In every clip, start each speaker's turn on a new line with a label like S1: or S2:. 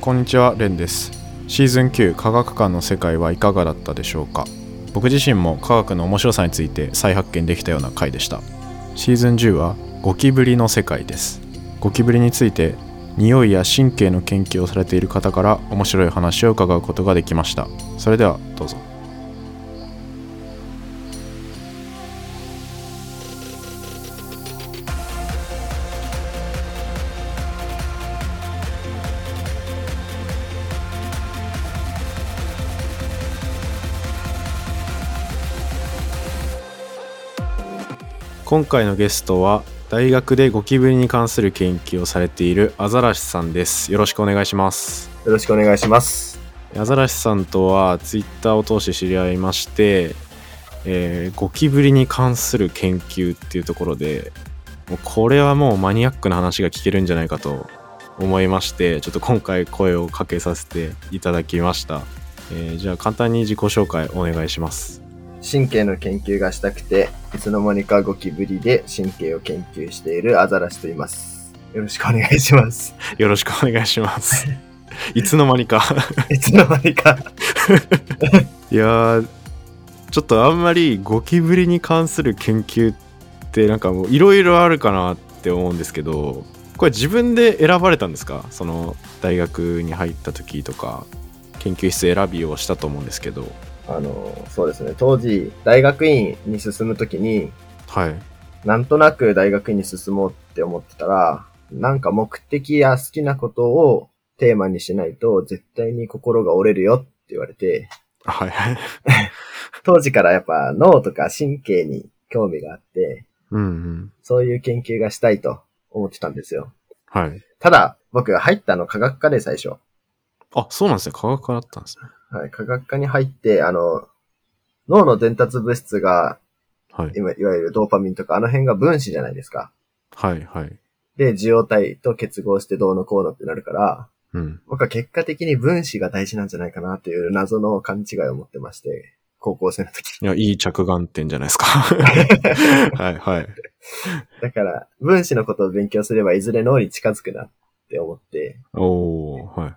S1: こんにちはレンですシーズン9科学館の世界はいかがだったでしょうか僕自身も科学の面白さについて再発見できたような回でしたシーズン10はゴキブリの世界ですゴキブリについて匂いや神経の研究をされている方から面白い話を伺うことができましたそれではどうぞ今回のゲストは大学でゴキブリに関する研究をされているアザラシさんですよろしくお願いします
S2: よろしくお願いします。
S1: アザラシさんとはツイッターを通して知り合いまして、えーゴキブリに関する研究っていうところでもうこれはもうマニアックな話が聞けるんじゃないかと思いましてちょっと今回声をかけさせていただきました、えーじゃあ簡単に自己紹介お願いします
S2: 神経の研究がしたくて、いつの間にかゴキブリで神経を研究しているアザラシと言います。よろしくお願いします。
S1: よろしくお願いしますいつの間にか
S2: いつの間にか。
S1: いやーちょっとあんまりゴキブリに関する研究ってなんかもういろいろあるかなって思うんですけどこれ自分で選ばれたんですかその大学に入った時とか研究室選びをしたと思うんですけど
S2: あの、そうですね。当時、大学院に進むときに、
S1: はい
S2: なんとなく大学院に進もうって思ってたら、なんか目的や好きなことをテーマにしないと、絶対に心が折れるよって言われて、
S1: はい
S2: 当時からやっぱ脳とか神経に興味があって、
S1: うんうん
S2: そういう研究がしたいと思ってたんですよ。
S1: はい
S2: ただ、僕が入ったの科学科で最初。
S1: あそうなんですね科学科だったんですね
S2: はい、科学科に入って、あの、脳の伝達物質が、
S1: はい
S2: いわいわゆるドーパミンとか、あの辺が分子じゃないですか。
S1: はいはい
S2: で、受容体と結合してどうのこうのってなるから、
S1: うん
S2: 僕は結果的に分子が大事なんじゃないかなという謎の勘違いを持ってまして、高校生の時。
S1: いやいい着眼点じゃない ですかはいはい
S2: だから、分子のことを勉強すればいずれ脳に近づくなって思って、
S1: おーはい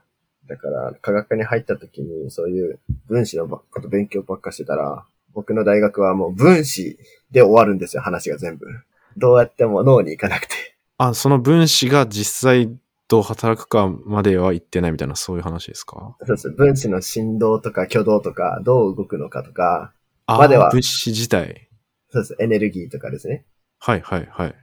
S2: だから、科学科に入った時に、そういう分子のばっかと勉強ばっかしてたら、僕の大学はもう分子で終わるんですよ、話が全部。どうやっても脳に行かなくて。
S1: あ、その分子が実際どう働くかまでは言ってないみたいな、そういう話ですか
S2: そうです。分子の振動とか挙動とか、どう動くのかとか、
S1: あ
S2: までは
S1: 物質自体。
S2: そうです。エネルギーとかですね。
S1: はいはいはい。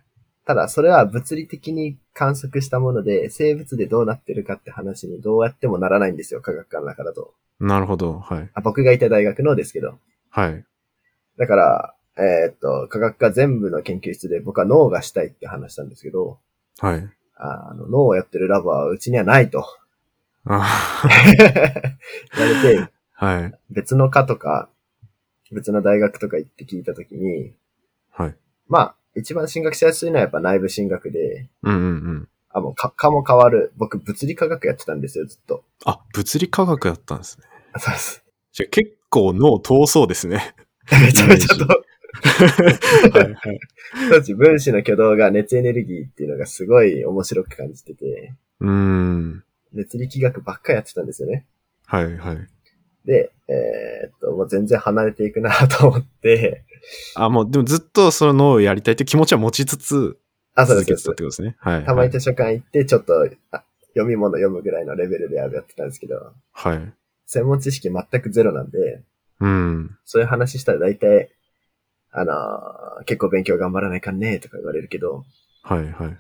S2: ただ、それは物理的に観測したもので、生物でどうなってるかって話にどうやってもならないんですよ、科学科の中だと。
S1: なるほど。はい。
S2: あ僕がいた大学のですけど。
S1: はい。
S2: だから、えーっと、科学科全部の研究室で僕は脳がしたいって話したんですけど、
S1: はい。
S2: ああの、脳をやってるラボはうちにはないと。
S1: あ
S2: 言われて、
S1: はい。
S2: 別の科とか、別の大学とか行って聞いたときに、
S1: はい。
S2: まあ、一番進学しやすいのはやっぱ内部進学で、
S1: うんうんうん。
S2: あ、もう科科も変わる。僕、物理科学やってたんですよ、ずっと。
S1: あ、物理科学だったんですね。
S2: あそうです。
S1: じゃあ結構脳遠そうです ね。
S2: めちゃめちゃと、
S1: はいはい。
S2: 当時分子の挙動が熱エネルギーっていうのがすごい面白く感じてて、
S1: うーん。
S2: 熱力学ばっかやってたんですよね。
S1: はいはい。
S2: で、えーっと、もう全然離れていくなと思って、
S1: あ、もうでもずっとその脳をやりたいって気持ちは持ちつつ
S2: あ、そうで
S1: 続
S2: すそう
S1: け
S2: で
S1: てた
S2: す
S1: っ。てことですね。はい、はい。
S2: たまに図書館行って、ちょっとあ読み物読むぐらいのレベルでやってたんですけど、
S1: はい。
S2: 専門知識全くゼロなんで、
S1: うん。
S2: そういう話したら大体、あのー結構勉強頑張らないかんねとか言われるけど、
S1: はいはい。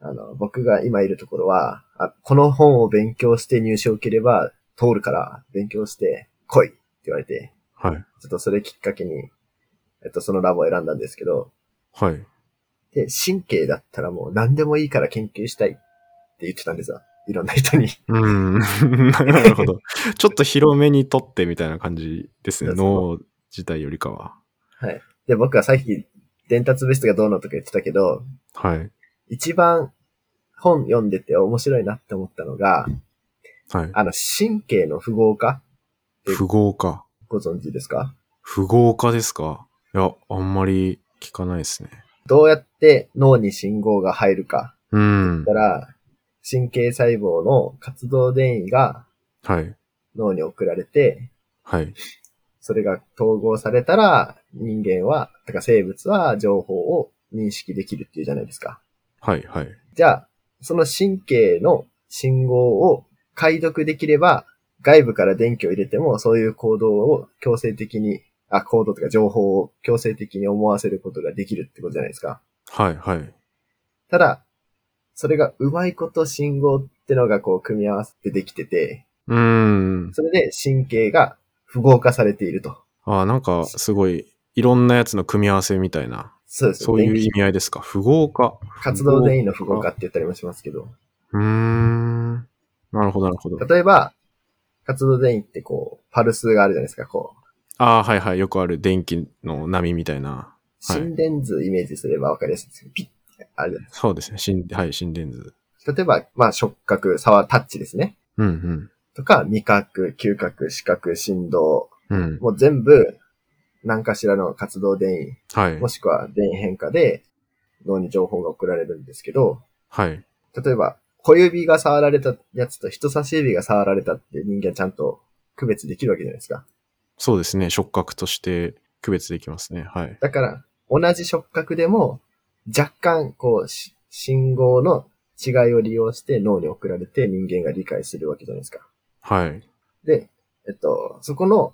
S2: あの、僕が今いるところは、あこの本を勉強して入試を受ければ通るから、勉強して来いって言われて、
S1: はい。
S2: ちょっとそれきっかけに、えっと、そのラボを選んだんですけど、
S1: はい。
S2: で、神経だったらもう何でもいいから研究したいって言ってたんですよ。いろんな人に。
S1: うん。 なるほど。ちょっと広めにとってみたいな感じですね。
S2: そうそ
S1: 脳自体よりかは。
S2: で、僕はさっき伝達物質がどうのとか言ってたけど、
S1: はい。
S2: 一番本読んでて面白いなって思ったのが、
S1: はい。
S2: あの、神経の符号化え
S1: 不合か。
S2: ご存知ですか
S1: 不合化ですかいや、あんまり聞かないですね。
S2: どうやって脳に信号が入るか
S1: うん
S2: だ。から、神経細胞の活動電位が
S1: はい。
S2: 脳に送られて、
S1: はい。
S2: それが統合されたら、人間は、とか生物は情報を認識できるっていうじゃないですか。
S1: はい。はい。
S2: じゃあ、その神経の信号を解読できれば、外部から電気を入れても、そういう行動を強制的に、あ、行動とか情報を強制的に思わせることができるってことじゃないですか。
S1: はい。はい。
S2: ただ、それがうまいこと信号ってのがこう組み合わせてできてて、
S1: うーん。
S2: それで神経が符号化されていると。
S1: ああ、なんか、すごい、いろんなやつの組み合わせみたいな、
S2: そうです
S1: そういう
S2: 電
S1: 意味合いですか。符号化。
S2: 気活動電位の符号化って言ったりもしますけど。
S1: うーん。なるほど、なるほど。
S2: 例えば、活動電位ってこう、パルスがあるじゃないですか、こう。
S1: ああ、はいはい。よくある電気の波みたいな。はい
S2: 心電図イメージすればわかりやすいですけど、ピッてあるじゃないで
S1: そうですね。心、はい、心電図。
S2: すか。例えば、まあ触覚、触、タッチですね。
S1: うん
S2: とか、味覚、嗅覚、視覚、振動、
S1: うん。うん。
S2: もう全部、何かしらの活動電
S1: はい
S2: 位、も。しくは電位変化で脳に情報が送られるんですけど、
S1: はい。
S2: 例えば、小指が触られたやつと人差し指が触られたって人間ちゃんと区別できるわけじゃないですか。
S1: そうですね。触覚として区別できますね。はい。
S2: だから、同じ触覚でも、若干、こう、し信号の違いを利用して脳に送られて人間が理解するわけじゃないですか。
S1: はい。
S2: で、えっと、そこの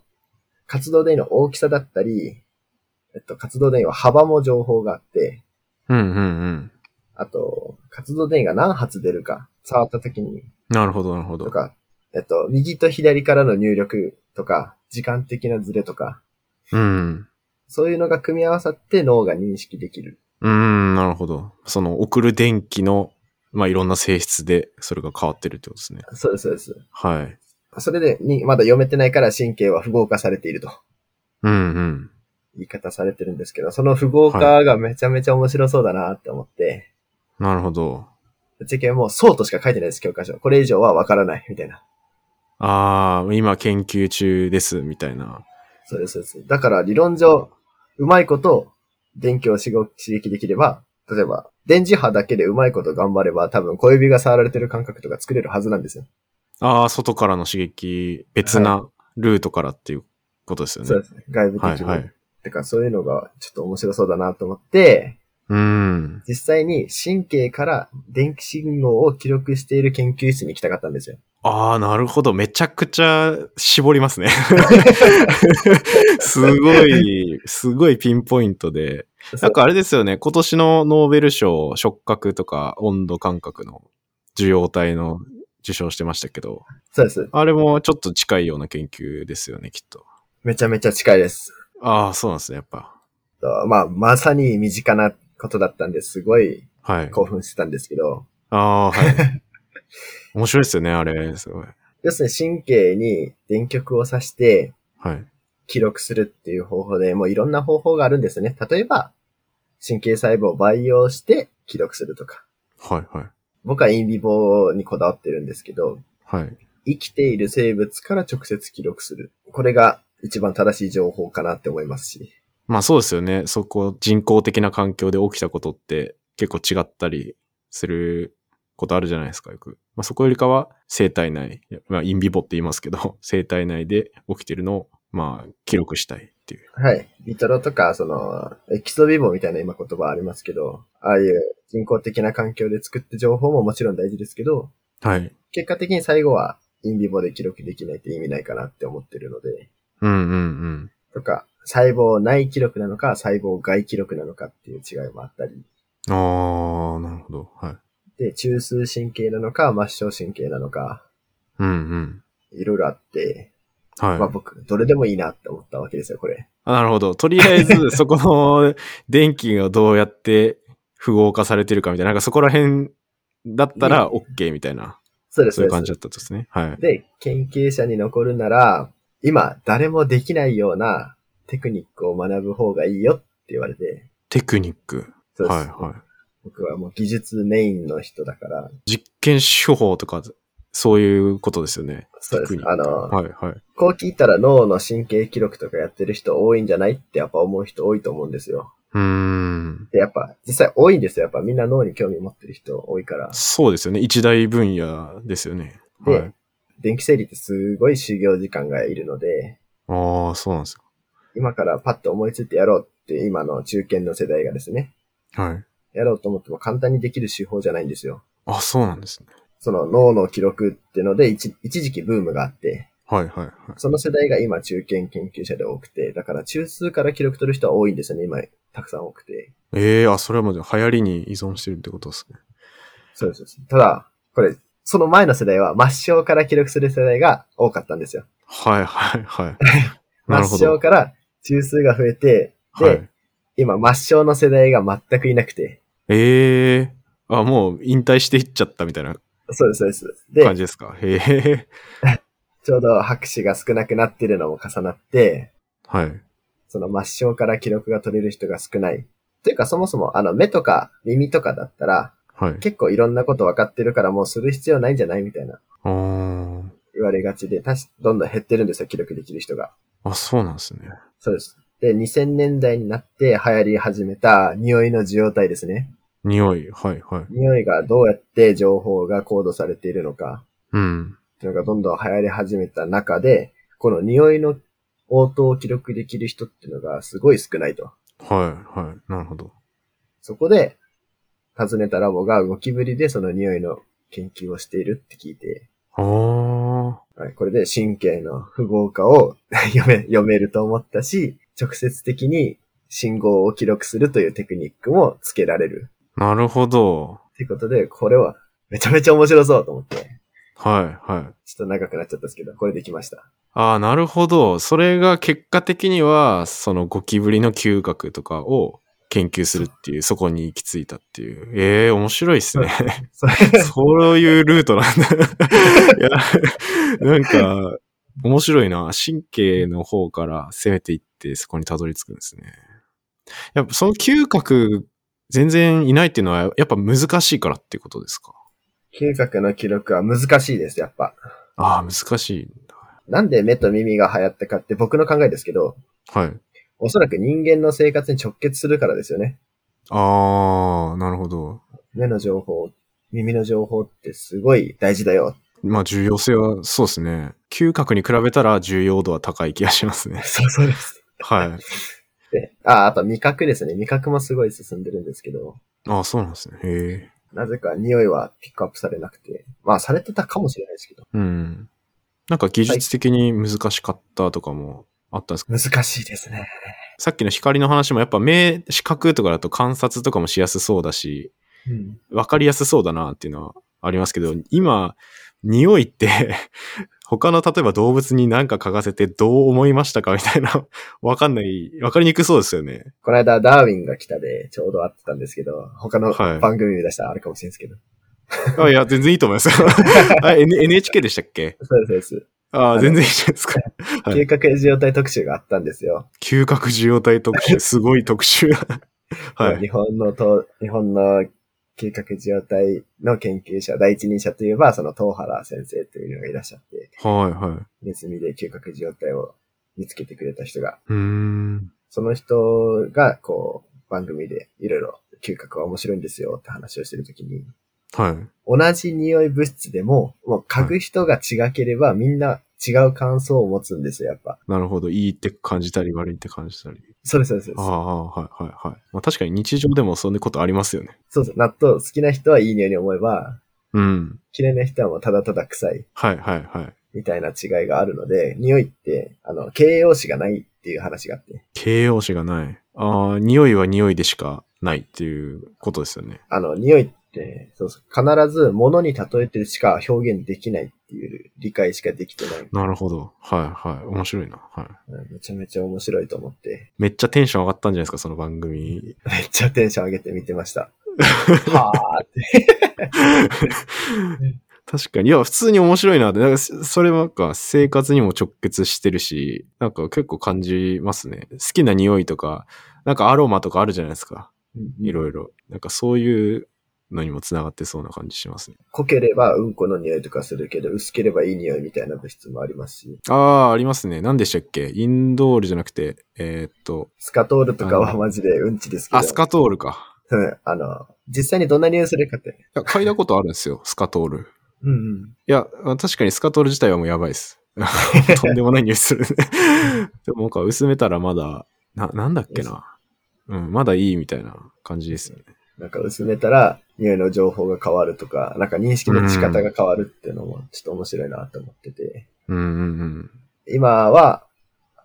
S2: 活動電位の大きさだったり、えっと、活動電位は幅も情報があって、
S1: うんうんうん。
S2: あと、活動電位が何発出るか、触った時に、
S1: なるほど、なるほ
S2: と
S1: ど。
S2: か、えっと、右と左からの入力とか、時間的なズレとか、
S1: うん。
S2: そういうのが組み合わさって脳が認識できる。
S1: うーん、なるほど。その送る電気の、まあ、いろんな性質で、それが変わってるってことですね。
S2: そうです、そうです。
S1: はい。
S2: それで、に、まだ読めてないから神経は符号化されていると。
S1: うんうん。
S2: 言い方されてるんですけど、その符号化がめちゃめちゃ面白そうだなって思って、
S1: なるほど。
S2: ぶっちゃけもうそうとしか書いてないです、教科書。これ以上はわからない、みたいな。
S1: ああ、今研究中です、みたいな。
S2: そうです、そうです。だから理論上、うまいこと電気を刺激できれば、例えば、電磁波だけでうまいこと頑張れば、多分小指が触られてる感覚とか作れるはずなんですよ。
S1: ああ、外からの刺激、別なルートからっていうことですよね。
S2: そうですね。外部的
S1: はい
S2: に。
S1: はい。
S2: てか、そういうのがちょっと面白そうだなと思って、
S1: うん。
S2: 実際に神経から電気信号を記録している研究室に行きたかったんですよ。
S1: ああ、なるほど。めちゃくちゃ絞りますね。すごい、すごいピンポイントで。なんかあれですよね。今年のノーベル賞、触覚とか温度感覚の受容体の受賞してましたけど、
S2: そうです。
S1: あれもちょっと近いような研究ですよね、きっと。
S2: めちゃめちゃ近いです。
S1: ああ、そうなんですね、やっぱ。
S2: とまあ、まさに身近なことだったんですごい
S1: はい。
S2: 興奮してたんですけど、
S1: ああ、はい。面白いですよね、あれ。すごい。
S2: 要するに神経に電極を刺して
S1: はい。
S2: 記録するっていう方法でもういろんな方法があるんですね。例えば、神経細胞を培養して記録するとか。
S1: はい、はい。
S2: 僕はインビボにこだわってるんですけど、
S1: はい。
S2: 生きている生物から直接記録する。これが一番正しい情報かなって思いますし。
S1: まあそうですよね。そこ、人工的な環境で起きたことって結構違ったりすることあるじゃないですか、よく。まあそこよりかは生体内、まあインビボって言いますけど、 生体内で起きてるのを、まあ記録したいっていう。
S2: はい。ビトロとか、その、エキソビボみたいな今言葉ありますけど、ああいう人工的な環境で作って情報ももちろん大事ですけど、
S1: はい。
S2: 結果的に最後はインビボで記録できないって意味ないかなって思ってるので、
S1: うんうんうん。
S2: とか、細胞内記録なのか、細胞外記録なのかっていう違いもあったり、
S1: ああ、なるほど。はい。
S2: で、中枢神経なのか、末梢神経なのか、
S1: うんうん。
S2: いろいろあって、
S1: はい。
S2: まあ僕、どれでもいいなって思ったわけですよ、これ。
S1: あなるほど。とりあえ ず、そこの電気がどうやって符号化されてるかみたいな、なんかそこら辺だったら OK みたいな、
S2: そうです、
S1: そうい
S2: そ
S1: うう
S2: で
S1: 感
S2: す
S1: じだ。ったんですね。はい。
S2: で、研究者に残るなら、今、誰もできないようなテクニックを学ぶ方がいいよって言われて、
S1: テクニック。
S2: そうです。
S1: はいはい。
S2: 僕はもう技術メインの人だから、
S1: 実験手法とか、そういうことですよね。
S2: そうです
S1: テクニック
S2: あの
S1: はいはい。
S2: こう聞いたら脳の神経記録とかやってる人多いんじゃないってやっぱ思う人多いと思うんですよ。
S1: うーん。
S2: で、やっぱ、実際多いんですよ。やっぱみんな脳に興味持ってる人多いから。
S1: そうですよね。一大分野ですよね。は
S2: で
S1: い。
S2: 電気整理ってすごい修行時間がいるので、
S1: ああ、そうなんです
S2: 今からパッと思いついてやろうって、今の中堅の世代がですね、
S1: か。はい。
S2: やろうと思っても簡単にできる手法じゃないんですよ。
S1: あ、そうなんですね。
S2: その脳の記録ってので一、一時期ブームがあって、
S1: はいはいはい。
S2: その世代が今中堅研究者で多くて、だから中枢から記録取る人は多いんですよね、今、たくさん多くて。
S1: ええあ、それはもうじゃあ流行りに依存してるってことですね。
S2: そうですそうです。ただ、これ、その前の世代は末梢から記録する世代が多かったんですよ。
S1: はいはい はい。なるほ
S2: 末梢
S1: ど。
S2: から中枢が増えて、で、
S1: はい。
S2: 今末梢の世代が全くいなくて。
S1: ええあ、もう引退していっちゃったみたいな
S2: そうです、そうです。
S1: 感
S2: で、
S1: じですか。へえ。
S2: ちょうど拍手が少なくなってるのも重なって、
S1: はい。
S2: その末梢から記録が取れる人が少ない。というか、そもそも、あの、目とか耳とかだったら、
S1: はい。
S2: 結構いろんなこと分かってるからもうする必要ないんじゃないみたいな
S1: あー
S2: 言われがちで、たし、どんどん減ってるんですよ、記録できる人が。
S1: あ、そうなんですね。
S2: そうです。で、2000年代になって流行り始めた匂いの受容体ですね。
S1: 匂い。はいはい。
S2: 匂いがどうやって情報がコードされているのか、
S1: うん。
S2: というのがどんどん流行り始めた中で、この匂いの応答を記録できる人っていうのがすごい少ないと。
S1: はいはい。なるほど。
S2: そこで、訪ねたラボがゴキブリでその匂いの研究をしているって聞いて、
S1: ああ。
S2: はい、これで神経の符号化を 読め、読めると思ったし、直接的に信号を記録するというテクニックもつけられる。
S1: なるほど。
S2: ってことで、これはめちゃめちゃ面白そうと思って、
S1: はいはい。
S2: ちょっと長くなっちゃったんですけど、これできま した。
S1: ああ、なるほど。それが結果的には、そのゴキブリの嗅覚とかを研究するっていう、そこに行き着いたっていう。ええ面白いですね。
S2: それ
S1: そういうルートなんだ。 いや、なんか、面白いな。神経の方から攻めていって、そこにたどり着くんですね。やっぱその嗅覚、全然いないっていうのは、やっぱ難しいからっていうことですか
S2: 嗅覚の記録は難しいです、やっぱ。
S1: ああ、難しいんだ。
S2: なんで目と耳が流行ったかって僕の考えですけど、
S1: はい。
S2: おそらく人間の生活に直結するからですよね。
S1: ああ、なるほど。
S2: 目の情報、耳の情報ってすごい大事だよ。
S1: まあ重要性はそうですね。嗅覚に比べたら重要度は高い気がしますね。
S2: そうそうです。
S1: はい。
S2: で、あ、あと味覚ですね。味覚もすごい進んでるんですけど、
S1: ああ、そうなんですね。へえ。
S2: なぜか匂いはピックアップされなくて、まあされてたかもしれないですけど、
S1: うん。なんか技術的に難しかったとかもあったんですか、
S2: 難しいですね。
S1: さっきの光の話もやっぱ目、視覚とかだと観察とかもしやすそうだし、
S2: うん。
S1: わかりやすそうだなっていうのはありますけど、今、匂いって、 他の例えば動物に何か嗅がせてどう思いましたかみたいな、わかんない、わかりにくそうですよね。
S2: この間、ダーウィンが来たで、ちょうど会ってたんですけど、他の
S1: はい
S2: 番組で出したらあるかもしれないですけど。
S1: あいや、全然いいと思います よ。あ N- NHK でしたっけ
S2: そうです、そうです。
S1: ああ、全然いいじゃない ですか。はい
S2: 嗅覚受容体特集があったんですよ。
S1: 嗅覚受容体特集、すごい特 集。はい。
S2: 日本のと、日本の嗅覚受容体の研究者、第一人者といえば、その東原先生というのがいらっしゃって、
S1: はい、はい。
S2: ネズミで嗅覚受容体を見つけてくれた人が、
S1: うーん。
S2: その人が、こう、番組でいろいろ嗅覚は面白いんですよって話をしてるときに、
S1: はい。
S2: 同じ匂い物質でも、もう嗅ぐ人が違ければ、みんな違う感想を持つんですよ、やっぱ。
S1: なるほど。いいって感じたり、悪いって感じたり。
S2: そうです、そうです。そう
S1: あ
S2: です
S1: あ、はい、はい、はい。まあ確かに日常でもそんなことありますよね。
S2: そうそう。納豆好きな人はいい匂いに思えば、
S1: うん。
S2: 嫌いな人はもうただただ臭い、
S1: はい、はい、はい。
S2: みたいな違いがあるので、匂いって、あの、形容詞がないっていう話があって、
S1: 形容詞がない。ああ、匂いは匂いでしかないっていうことですよね。
S2: あの、匂いって、そうそう必ず物に例えてしか表現できないっていう理解しかできてない。
S1: なるほど。はい、はい。面白いな。はい。
S2: うんめちゃめちゃ面白いと思って、
S1: めっちゃテンション上がったんじゃないですか、その番組。
S2: めっちゃテンション上げて見てま した。はあって。
S1: 確かに。いや、普通に面白いなって。なんか、そそれはなんか生活にも直結してるし、なんか結構感じますね。好きな匂いとか、なんかアロマとかあるじゃないですか。いろいろ。なんかそういうのにもつながってそうな感じしますね。
S2: 濃ければうんこの匂いとかするけど、薄ければいい匂いみたいな物質もありますし、
S1: ああ、ありますね。何でしたっけインドールじゃなくて、えーっと、
S2: スカトールとか
S1: あ
S2: は
S1: の
S2: マジでうんちですけど、
S1: あ、スカトールか。
S2: うん、あの、実際にどんな匂いするかって。
S1: いや嗅いだことあるんですよ、スカトール。
S2: うんうん。
S1: いや、あ確かにスカトール自体はもうやばいです。 とんでもない匂いするね。でもなんか薄めたらまだ、な、なんだっけな。うん、まだいいみたいな感じですよね。
S2: なんか薄めたら、匂いの情報が変わるとか、なんか認識の仕方が変わるっていうのも、ちょっと面白いなと思ってて。
S1: うんうんうん。
S2: 今は、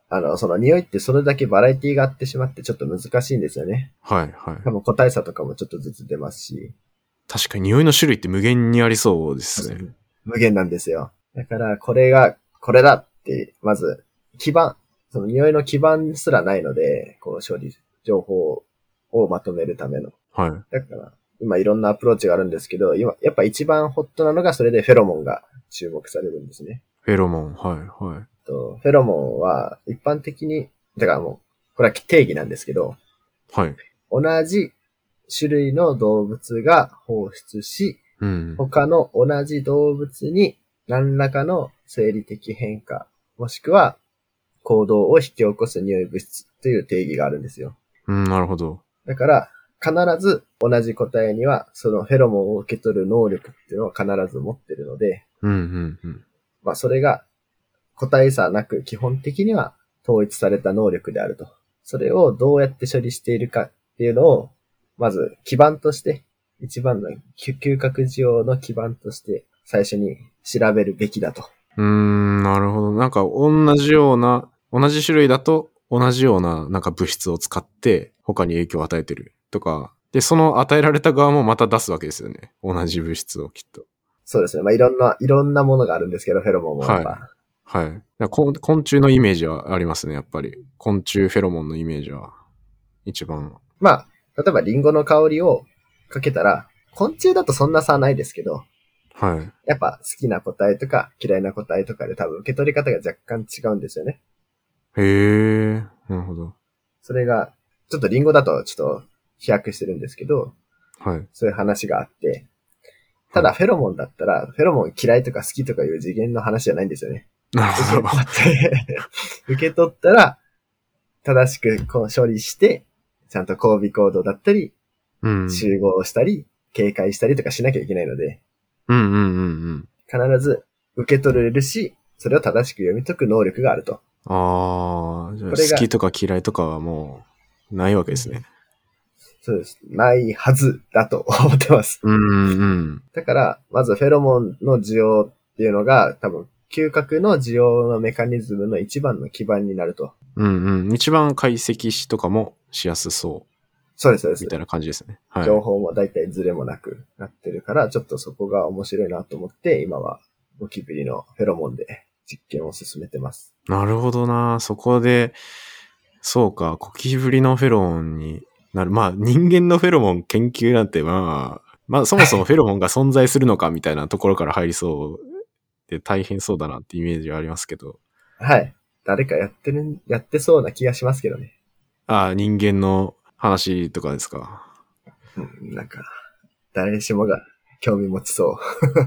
S2: あの、その匂いってそれだけバラエティがあってしまって、ちょっと難しいんですよね。
S1: はいはい
S2: 多。分個体差とかもちょっとずつ出ますし、
S1: 確かに匂いの種類って無限にありそうですね。
S2: 無限なんですよ。だから、これが、これだって、まず、基盤、その匂いの基盤すらないので、こう処理、情報をまとめるための。
S1: はい。
S2: だから、今いろんなアプローチがあるんですけど、今、やっぱ一番ホットなのがそれでフェロモンが注目されるんですね。
S1: フェロモン、はいはい。
S2: とフェロモンは一般的に、だからもう、これは定義なんですけど、
S1: はい。
S2: 同じ種類の動物が放出し、
S1: うん。
S2: 他の同じ動物に何らかの生理的変化、もしくは行動を引き起こす匂い物質という定義があるんですよ。
S1: うん、なるほど。
S2: だから、必ず同じ個体には、そのフェロモンを受け取る能力っていうのを必ず持ってるので、
S1: うんうんうん。
S2: まあそれが個体差なく基本的には統一された能力であると。それをどうやって処理しているかっていうのを、まず基盤として、一番の嗅嗅覚需要の基盤として最初に調べるべきだと。
S1: うーん、なるほど。なんか同じような、同じ種類だと同じようななんか物質を使って他に影響を与えてるとか、で、その与えられた側もまた出すわけですよね。同じ物質をきっと。
S2: そうですね。まあいろんな、いろんなものがあるんですけど、フェロモンもやっぱ。
S1: ははい。だからこん昆虫のイメージはありますね、やっぱり。昆虫フェロモンのイメージは一番。
S2: まあ、例えばリンゴの香りをかけたら、昆虫だとそんな差はないですけど、
S1: はい。
S2: やっぱ好きな個体とか嫌いな個体とかで多分受け取り方が若干違うんですよね。
S1: へえ、なるほど。
S2: それが、ちょっとリンゴだとちょっと飛躍してるんですけど、
S1: はい。
S2: そういう話があって、ただフェロモンだったら、フェロモン嫌いとか好きとかいう次元の話じゃないんですよね。
S1: なるほ ど。
S2: 受け取ったら、正しくこう処理して、ちゃんと交尾行動だったり、
S1: うん。
S2: 集合したり、警戒したりとかしなきゃいけないので、
S1: うんうんうんうん。
S2: 必ず受け取れるし、それを正しく読み解く能力があると。
S1: ああ、じゃあ
S2: これが
S1: 好きとか嫌いとかはもうないわけですね。
S2: そうです。ないはずだと思ってます。
S1: うんうんうん。
S2: だから、まずフェロモンの需要っていうのが、多分、嗅覚の需要のメカニズムの一番の基盤になると。
S1: うんうん。一番解析しとかもしやすそ
S2: そうです、そうで
S1: う、
S2: す
S1: みた。いな感じですね。はい。
S2: 情報も大体ズレもなくなってるから、ちょっとそこが面白いなと思って、今はゴキブリのフェロモンで実験を進めてます。
S1: なるほどな。そこで、そうか、ゴキブリのフェロモンになる。まあ、人間のフェロモン研究なんて、まあ、まあ、そもそもフェロモンが存在するのかみたいなところから入りそうで大変そうだなってイメージはありますけど。
S2: はい。誰かやってるん、やってそうな気がしますけどね。
S1: ああ、人間の話とかですか。
S2: うん、なんか、誰しもが興味持ちそ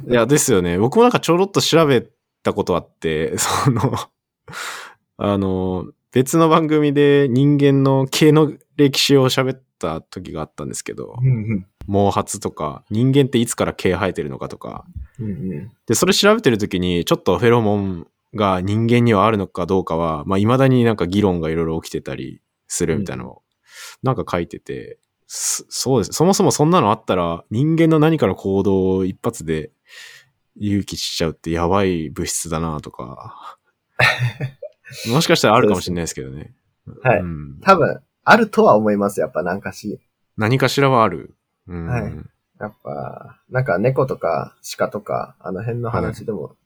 S2: う。
S1: いや、ですよね。僕もなんかちょろっと調べたことあって、 その、あの、別の番組で人間の系の歴史を喋った時があったんですけど、
S2: うん
S1: 毛髪とか、人間っていつから毛生えてるのかとか、
S2: うん。うんうん。
S1: で、それ調べてる時に、ちょっとフェロモンが人間にはあるのかどうかは、まあ、未だになんか議論がいろいろ起きてたりするみたいなのを、なんか書いてて、そそうです。そもそもそんなのあったら、人間の何かの行動を一発で勇気しちゃうってやばい物質だなと か、もしかしたらあるかもしれないですけどね。
S2: はい
S1: うん
S2: 多分、あるとは思います、やっぱ何かし。
S1: 何かしらはある。うん
S2: はいやっぱ、なんか猫とか鹿とか、あの辺の話でも、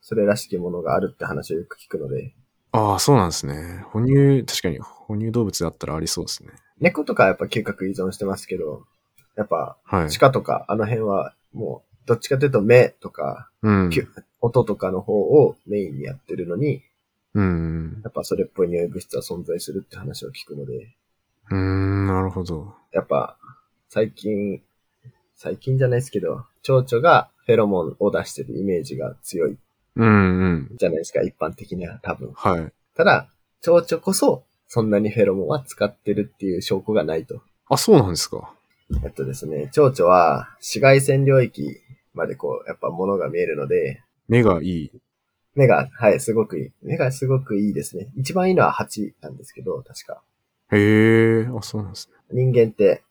S2: それらしきものがあるって話をよく聞くので、
S1: ああ、そうなんですね。哺乳、確かに哺乳動物だったらありそうですね。
S2: 猫とかはやっぱ嗅覚依存してますけど、やっぱ
S1: はい。
S2: 鹿とかあの辺はもう、どっちかというと目とか、
S1: うん。
S2: きゅ音とかの方をメインにやってるのに、
S1: うん。
S2: やっぱそれっぽい匂い物質は存在するって話を聞くので、
S1: うーん、なるほど。
S2: やっぱ、最近、最近じゃないですけど、蝶々がフェロモンを出してるイメージが強い
S1: うんうん。
S2: じゃないですか、一般的には多分。
S1: はい。
S2: ただ、蝶々こそ、そんなにフェロモンは使ってるっていう証拠がないと。
S1: あ、そうなんですか。
S2: えっとですね、蝶々は紫外線領域までこう、やっぱ物が見えるので、
S1: 目がいい。
S2: 目が、はい、すごくいい。目がすごくいいですね。一番いいのは蜂なんですけど、確か。
S1: へえ、あ、そうなんですね。
S2: 人間って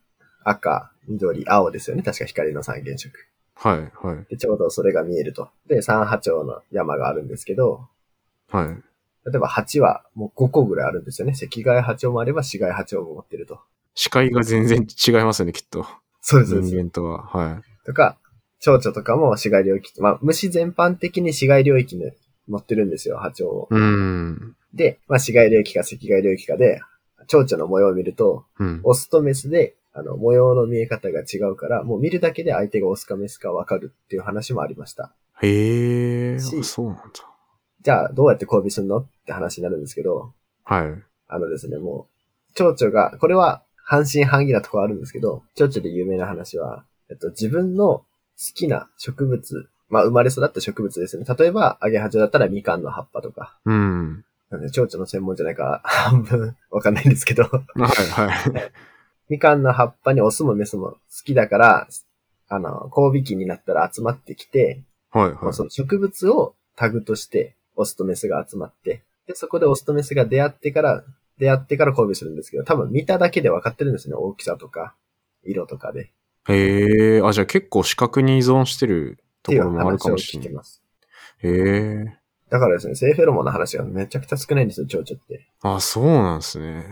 S2: 赤、緑、青ですよね。確か光の三原色。
S1: はい、はい、
S2: で、ちょうどそれが見えると。で、三波長の山があるんですけど、
S1: はい。
S2: 例えば蜂はもう5個ぐらいあるんですよね。赤外波長もあれば紫外波長も持ってると。
S1: 視界が全然違いますよね、きっと。
S2: そうです、そうです
S1: 人。間とは。はい。
S2: とか、蝶々とかも紫外領域、まあ虫全般的に紫外領域に持ってるんですよ、波長を。
S1: うん。
S2: で、まあ紫外領域か赤外領域かで、蝶々の模様を見ると、
S1: うん。
S2: オスとメスで、あの、模様の見え方が違うから、もう見るだけで相手がオスかメスかわかるっていう話もありました。
S1: へえ、あ
S2: し
S1: そうなんだ。
S2: じゃあ、どうやって交尾するのって話になるんですけど、
S1: はい。
S2: あのですね、もう、蝶々が、これは半信半疑なところあるんですけど、蝶々で有名な話は、えっと、自分の好きな植物、まあ、生まれ育った植物ですね。例えば、アゲハチョウだったらみかんの葉っぱとか。
S1: うん。
S2: なんで、蝶々の専門じゃないから、半分わかんないんですけど、
S1: はい、はい。
S2: みかんの葉っぱにオスもメスも好きだから、あの、交尾期になったら集まってきて、
S1: はい、
S2: まあそ
S1: は
S2: の植物をタグとして、オスとメスが集まって、で、そこでオスとメスが出会ってから、出会ってから交尾するんですけど、多分見ただけで分かってるんですね。大きさとか、色とかで。っ
S1: い。へえ、あ、じゃあ結構視覚に依存してると
S2: てい
S1: ころ
S2: う
S1: もある
S2: 話
S1: か
S2: を
S1: もし
S2: 聞
S1: れ
S2: き
S1: ない。
S2: ます。
S1: へえ。
S2: だからですね、性フェロモンの話がめちゃくちゃ少ないんですよ、蝶々って。
S1: あ、そうなんですね。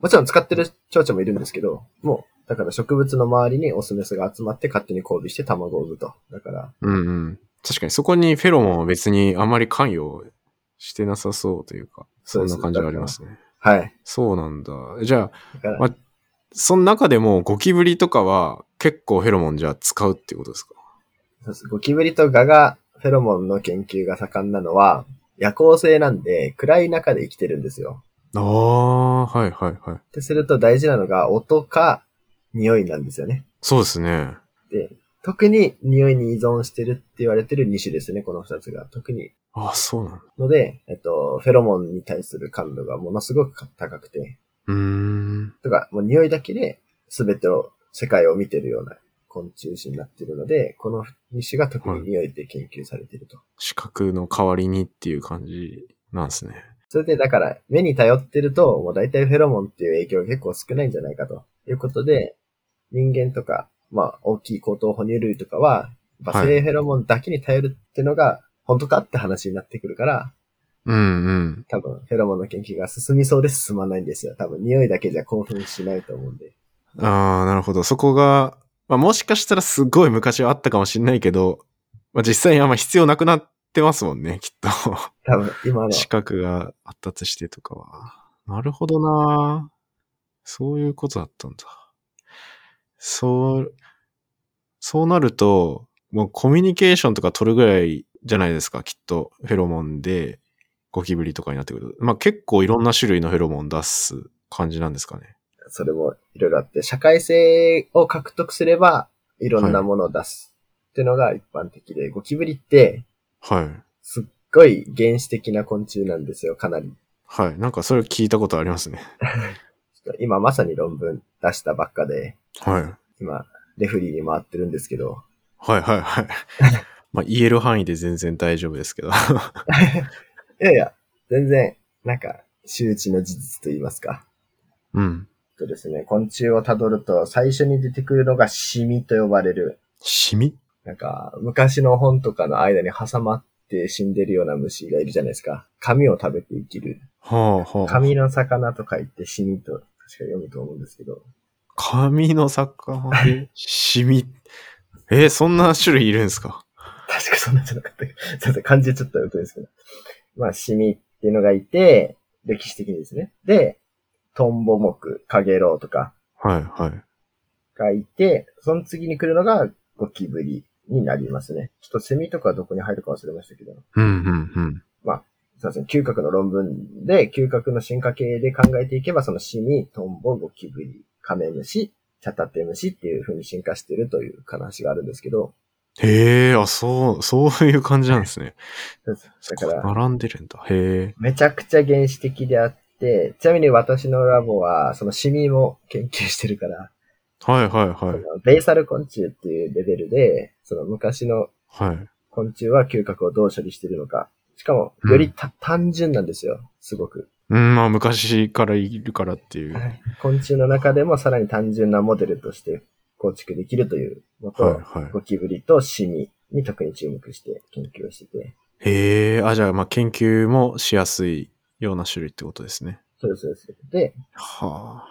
S2: もちろん使ってる蝶々もいるんですけど、もう、だから植物の周りにオスメスが集まって勝手に交尾して卵を産むと。だから、
S1: うんうん。確かにそこにフェロモンは別にあまり関与してなさそうというか、そ
S2: そ
S1: う
S2: で
S1: ん
S2: す
S1: な感じがありますね。
S2: はい。
S1: そうなんだ。じゃあ、
S2: だから
S1: まその中でもゴキブリとかは結構フェロモンじゃあ使うっていうことですか
S2: そうですゴキブリとガがフェロモンの研究が盛んなのは、夜行性なんで暗い中で生きてるんですよ。
S1: ああ、はいはいはい。
S2: ってすると大事なのが音か匂いなんですよね。
S1: そうですね。
S2: で、特に匂いに依存してるって言われてる2種ですね、この2つが。特に。
S1: ああ、そうなんだ。
S2: ので、えっと、フェロモンに対する感度がものすごく高くて、
S1: うーん。
S2: とか、もう匂いだけで全ての世界を見てるような昆虫種になってるので、この2種が特に匂いで研究されてると。
S1: 視覚の代わりにっていう感じなんですね。
S2: それで、だから、目に頼ってると、もう大体フェロモンっていう影響が結構少ないんじゃないかということで、人間とか、まあ、大きい高等哺乳類とかは、バセ
S1: は
S2: レ
S1: い
S2: フェロモンだけに頼るってのが、本当かって話になってくるから、
S1: うんうん。
S2: 多分、フェロモンの研究が進みそうで進まないんですよ。多分、匂いだけじゃ興奮しないと思うんで。
S1: ああ、なるほど。そこが、まあ、もしかしたらすごい昔はあったかもしれないけど、まあ、実際にあんま必要なくなってますもんね、きっ と。
S2: 多分、今の、
S1: 視覚が発達してとかは。なるほどなそういうことだったんだ。そう、そうなると、もうコミュニケーションとか取るぐらいじゃないですか、きっと。フェロモンで、ゴキブリとかになってくると。まあ、結構いろんな種類のフェロモン出す感じなんですかね。
S2: それもいろいろあって、社会性を獲得すれば、いろんなものを出すっていうのが一般的で、ゴキブリって、
S1: はい。
S2: すっごい原始的な昆虫なんですよ、かなり。
S1: はい。なんかそれ聞いたことありますね。
S2: 今まさに論文出したばっかで、
S1: はい。
S2: 今、レフリーに回ってるんですけど、
S1: はいはい はい。まあ言える範囲で全然大丈夫ですけど。
S2: いやいや、全然、なんか、周知の事実と言いますか。
S1: うん。
S2: えっとですね、昆虫をたどると最初に出てくるのがシミと呼ばれる、
S1: シミ
S2: なんか、昔の本とかの間に挟まって死んでるような虫がいるじゃないですか。紙を食べて生きる。
S1: はあはあ。
S2: 紙の魚と書いてシミと、確か読むと思うんですけど。
S1: 紙の魚でシミ。えーそんな種類いるんですか
S2: 確かそんなんじゃなかったけど、 すいません、漢字ちょっと疎いですけど。まあ、シミっていうのがいて、歴史的にですね。で、トンボ目、カゲロウとか
S1: はいはい。
S2: がいて、その次に来るのがゴキブリになりますね。ちょっとセミとかどこに入るか忘れましたけど。
S1: うんうんうん。
S2: すいません、嗅覚の論文で、嗅覚の進化系で考えていけば、そのシミ、トンボ、ゴキブリ、カメムシ、チャタテムシっていう風に進化してるという話があるんですけど、
S1: へえ、あ、そう、そういう感じなんですね。
S2: そうですだから、
S1: 並んでるんだ。へえ。
S2: めちゃくちゃ原始的であって、ちなみに私のラボは、そのシミも研究してるから、
S1: はいはいはい。
S2: そのベーサル昆虫っていうレベルで、その昔の
S1: はい。
S2: 昆虫は嗅覚をどう処理してるのか。しかも、よりた、単純なんですよ、すごく。
S1: うん、まあ昔からいるからっていう。
S2: 昆虫の中でもさらに単純なモデルとして構築できるというのと、
S1: はいはい。
S2: ゴキブリとシミに特に注目して研究をしてて。
S1: へえ、あ、じゃあまあ研究もしやすいような種類ってことですね。
S2: そうです、そうです。で、
S1: はあ。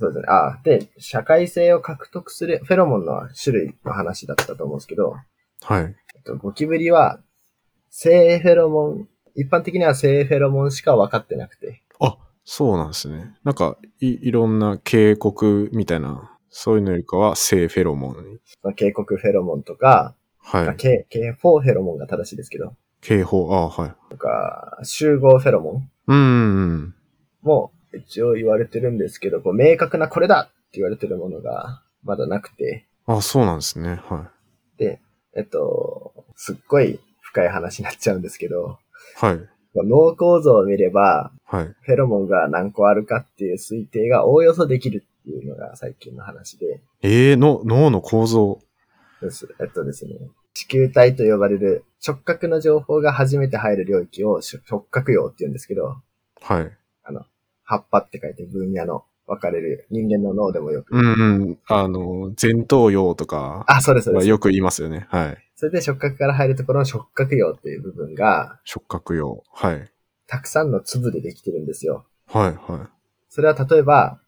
S2: そうですね。あ、で、社会性を獲得するフェロモンの種類の話だったと思うんですけど、
S1: はい。
S2: えっとゴキブリは、性フェロモン、一般的には性フェロモンしか分かってなくて、
S1: あ、そうなんですね。なんか、い、いろんな警告みたいな、そういうのよりかは性フェロモンに。
S2: まあ警告フェロモンとか、
S1: はい。
S2: K、K4 フェロモンが正しいですけど、
S1: 警報、あはい。
S2: 集合フェロモン
S1: うんうん。
S2: も一応言われてるんですけど、こう明確なこれだって言われてるものがまだなくて、
S1: あ、そうなんですね。は
S2: で、えっと、すっごい深い話になっちゃうんですけど、
S1: い。はい。
S2: まあ脳構造を見れば、
S1: はい。
S2: フェロモンが何個あるかっていう推定がおおよそできるっていうのが最近の話で、
S1: えー、の、脳の構造。
S2: ですえっとですね、地球体と呼ばれる触覚の情報が初めて入る領域を触触覚葉って言うんですけど、
S1: はい。
S2: 葉っぱって書いて分野の分かれる人間の脳でもよく。
S1: うんうん。あの、前頭葉とか、
S2: あ、そうです、そう
S1: まあ
S2: です。
S1: よく言いますよね。はい。
S2: それで触覚から入るところの触覚葉っていう部分が、
S1: 触覚葉。はい。
S2: たくさんの粒でできてるんですよ。
S1: はい、はい。
S2: それは例えば、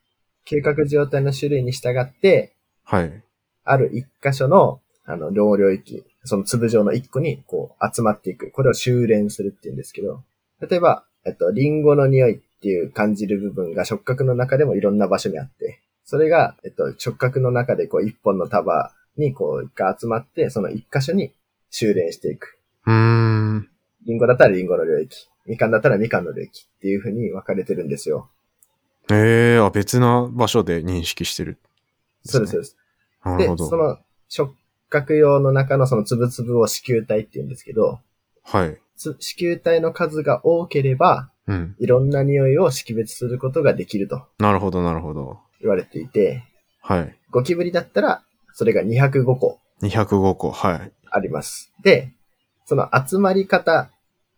S2: 嗅覚状態の種類に従って、
S1: はい。
S2: ある一箇所の、あの、両領域、その粒状の一個に、こう、集まっていく。これを修練するって言うんですけど、例えば、えっと、リンゴの匂いっていう感じる部分が触覚の中でもいろんな場所にあって、それが、えっと、触覚の中でこう、一本の束にこう、一回集まって、その一箇所に修練していく。
S1: うーん。
S2: リンゴだったらリンゴの領域、みかんだったらみかんの領域っていう風に分かれてるんですよ。
S1: えー、あ、別な場所で認識してる。
S2: そうです、そう
S1: ね。
S2: です。
S1: な
S2: で、
S1: るほど。
S2: その触覚用の中のその粒々を子宮体って言うんですけど、
S1: はい。
S2: つ子宮体の数が多ければ、
S1: うん。
S2: いろんな匂いを識別することができると
S1: なるほど、なるほど。
S2: 言われていて、
S1: はい。
S2: ゴキブリだったら、それが205個
S1: 205個。はい。
S2: あります。で、その集まり方、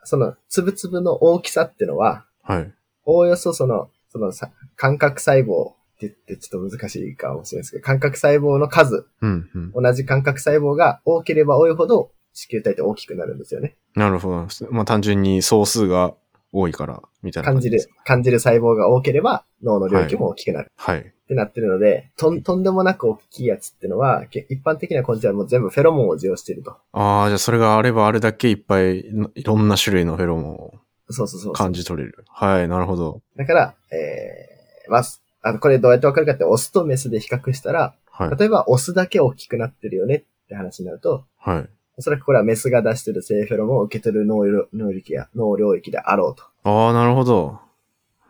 S2: その粒々の大きさってのは、
S1: はい。
S2: おおよそその、そのさ感覚細胞って言ってちょっと難しいかもしれないですけど、感覚細胞の数、
S1: うん、うん。
S2: 同じ感覚細胞が多ければ多いほど、子宮体って大きくなるんですよね。
S1: なるほど。まあ単純に総数が多いから、みたいな
S2: 感じ
S1: です
S2: る。、感じる細胞が多ければ、脳の領域も大きくなる
S1: はい。
S2: ってなってるので、とん、とんでもなく大きいやつってのは、け一般的な昆虫はもう全部フェロモンを受容していると。
S1: ああ、じゃあそれがあればあれだけいっぱいのいろんな種類のフェロモンを
S2: そうそうそうそう。
S1: 感じ取れる。はい、なるほど。
S2: だから、えー、まあ、すあの、これどうやってわかるかって、オスとメスで比較したら、
S1: はい。
S2: 例えばオスだけ大きくなってるよねって話になると、
S1: はい。
S2: おそらくこれはメスが出してる性フェロモンを受け取る能領能力や、能領域であろうと。
S1: ああ、なるほど。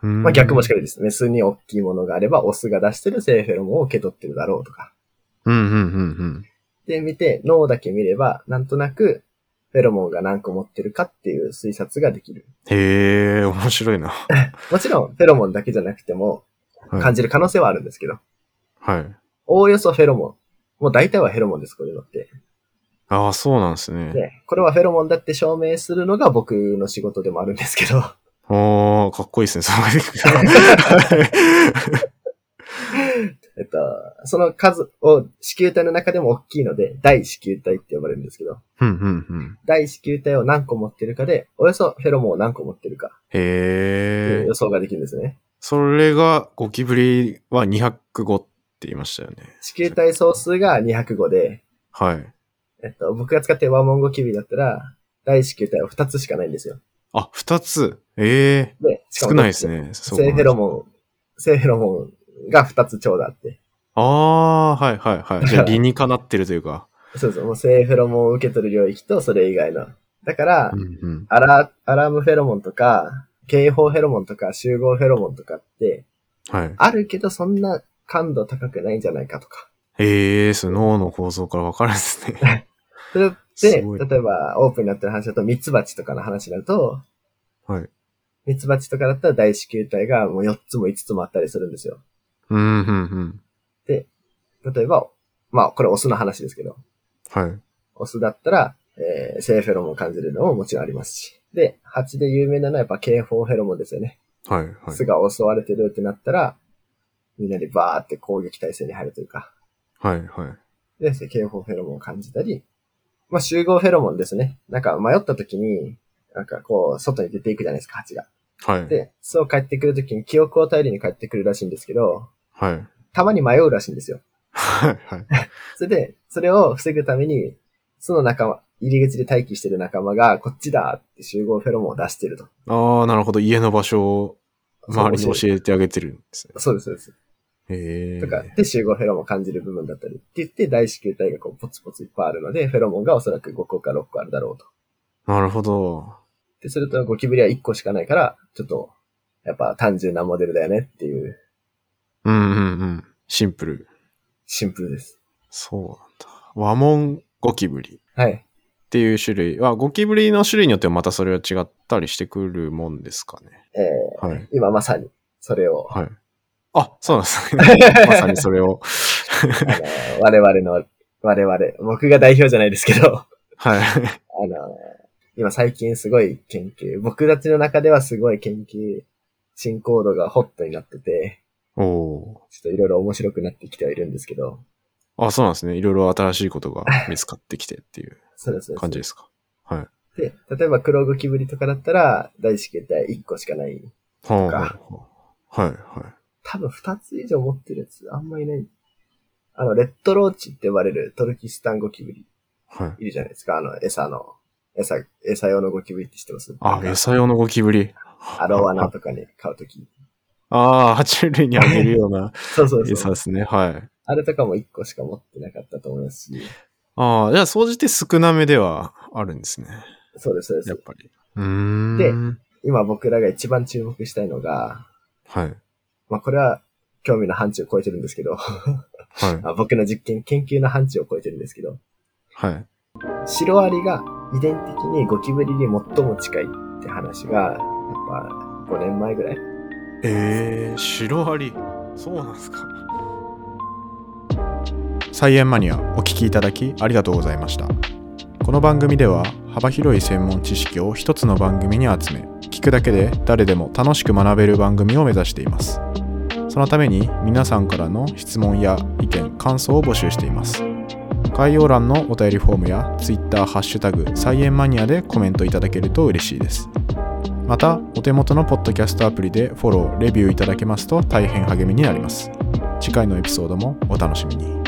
S1: ま
S2: まあ逆もし
S1: か
S2: かりです。メスに大きいものがあれば、オスが出してる性フェロモンを受け取ってるだろうとか。
S1: うんうんうん
S2: で、見て、脳だけ見れば、なんとなく、フェロモンが何個持ってるかっていう推察ができる。
S1: うん。へえ、面白い な。
S2: もちろん、フェロモンだけじゃなくても、
S1: はい
S2: 感じる可能性はあるんですけど、
S1: はい。
S2: おおよそフェロモン。もう大体はフェロモンです、これのって。
S1: ああ、そうなんですね。
S2: で、これはフェロモンだって証明するのが僕の仕事でもあるんですけど。
S1: おおかっこいいですね、その はい
S2: えっと、その数を子宮体の中でも大きいので、大子宮体って呼ばれるんですけど、
S1: うんうんうん。
S2: 大子宮体を何個持ってるかで、およそフェロモンを何個持ってるか、
S1: へえ
S2: 予。想ができるんですね。
S1: それが、ゴキブリは205って言いましたよね。
S2: 子宮体総数が205で、
S1: はい。
S2: えっと、僕が使ってるワモンゴキビだったら、大子宮体は2つしかないんですよ。
S1: あ、2つ。ええ。
S2: で、しか
S1: 少
S2: も
S1: ないです。ね。そう考えると
S2: 性フェロモン、性フェロモンが2つちょうどあって。
S1: ああー、はいはいはい。じゃあ理にかなってるというか。
S2: そうそう、もう性フェロモンを受け取る領域とそれ以外の。だから、
S1: うんうん。
S2: アラ、アラームフェロモンとか、警報フェロモンとか、集合フェロモンとかって、
S1: はい。
S2: あるけどそんな感度高くないんじゃないかとか。
S1: へえ、その脳の構造からわかるんですね。
S2: それ
S1: す
S2: で、
S1: ごい
S2: 例えばオープンになってる話だと、ミツバチとかの話になると、
S1: はい。
S2: ミツバチとかだったら大子球体がもう4つも5つもあったりするんですよ。
S1: うん、うん、うん。
S2: 例えば、まあこれオスの話ですけど、
S1: はい。
S2: オスだったら、えー、性フェロモンを感じるのももちろんありますし。で、蜂で有名なのはやっぱ K4 フェロモンですよね。
S1: はい、はい
S2: 巣。が襲われてるってなったら、みんなでバーって攻撃体制に入るというか、
S1: はい、はい。
S2: で、それ K4 フェロモンを感じたり、まあ集合フェロモンですね。なんか迷った時に、なんかこう、外に出ていくじゃないですか、蜂が。
S1: はい。
S2: で、そう帰ってくる時に記憶を頼りに帰ってくるらしいんですけど、
S1: はい。
S2: たまに迷うらしいんですよ。
S1: はい、はい。
S2: それで、それを防ぐために、その仲間、入り口で待機してる仲間が、こっちだって集合フェロモンを出してると。
S1: ああ、なるほど。家の場所を周りに教えてあげてるんですね。
S2: そうです、そうです。
S1: へえ。
S2: とか、で、集合フェロモンを感じる部分だったりって言って、大子球体がこう、ポツポツいっぱいあるので、フェロモンがおそらく5個か6個あるだろうと。
S1: なるほど。
S2: で、それとゴキブリは1個しかないから、ちょっと、やっぱ単純なモデルだよねっていう、
S1: うん、うん、うん。シンプル。
S2: シンプルです。
S1: そうなんだ。和紋ゴキブリ。
S2: はい。
S1: っていう種類は、ゴキブリの種類によってもまたそれは違ったりしてくるもんですかね。
S2: えー、
S1: はい。
S2: 今まさに、それを、あ
S1: はい。あ、そうなんですね。 まさにそれを。
S2: のー、 我々の、我々、僕が代表じゃないですけど、
S1: はい。
S2: あのー、今最近すごい研究、僕たちの中ではすごい研究、進行度がホットになってて、
S1: おお
S2: ちょっといろいろ面白くなってきてはいるんですけど、
S1: ー。あ、そうなんですね。いろいろ新しいことが見つかってきてっていう
S2: そうです。そうです
S1: 感じですか。はい。
S2: で、例えば黒ゴキブリとかだったら、大子形態1個しかない。
S1: ほう
S2: か
S1: ほうほうはい、はい。
S2: 多分2つ以上持ってるやつ、あんまいない。あの、レッドローチって呼ばれるトルキスタンゴキブリ、
S1: はい。
S2: いるじゃないですか。あの、餌の、餌、餌用のゴキブリって知ってます
S1: あ、餌用のゴキブリ。
S2: アロワナとかに買うとき。
S1: ああ、爬虫類にあげるような
S2: そうそう
S1: 餌
S2: そう。
S1: ですね。はい。
S2: あれとかも1個しか持ってなかったと思いますし。
S1: ああ、じゃあ、掃除って少なめではあるんですね。
S2: そうです、そうです
S1: やっ。ぱり。うーん。
S2: で、今僕らが一番注目したいのが、
S1: はい。
S2: まあこれは興味の範疇を超えてるんですけど、
S1: はい。
S2: あ僕の実験、研究の範疇を超えてるんですけど、
S1: はい。
S2: シロアリが遺伝的にゴキブリに最も近いって話が、やっぱ5年前ぐらい
S1: えー、シロアリそうなんですか菜園マニアお聞きいただきありがとうございましたこの番組では幅広い専門知識を一つの番組に集め聞くだけで誰でも楽しく学べる番組を目指していますそのために皆さんからの質問や意見感想を募集しています概要欄のお便りフォームや Twitter ハッシュタグ菜園マニアでコメントいただけると嬉しいですまたお手元のポッドキャストアプリでフォローレビューいただけますと大変励みになります次回のエピソードもお楽しみに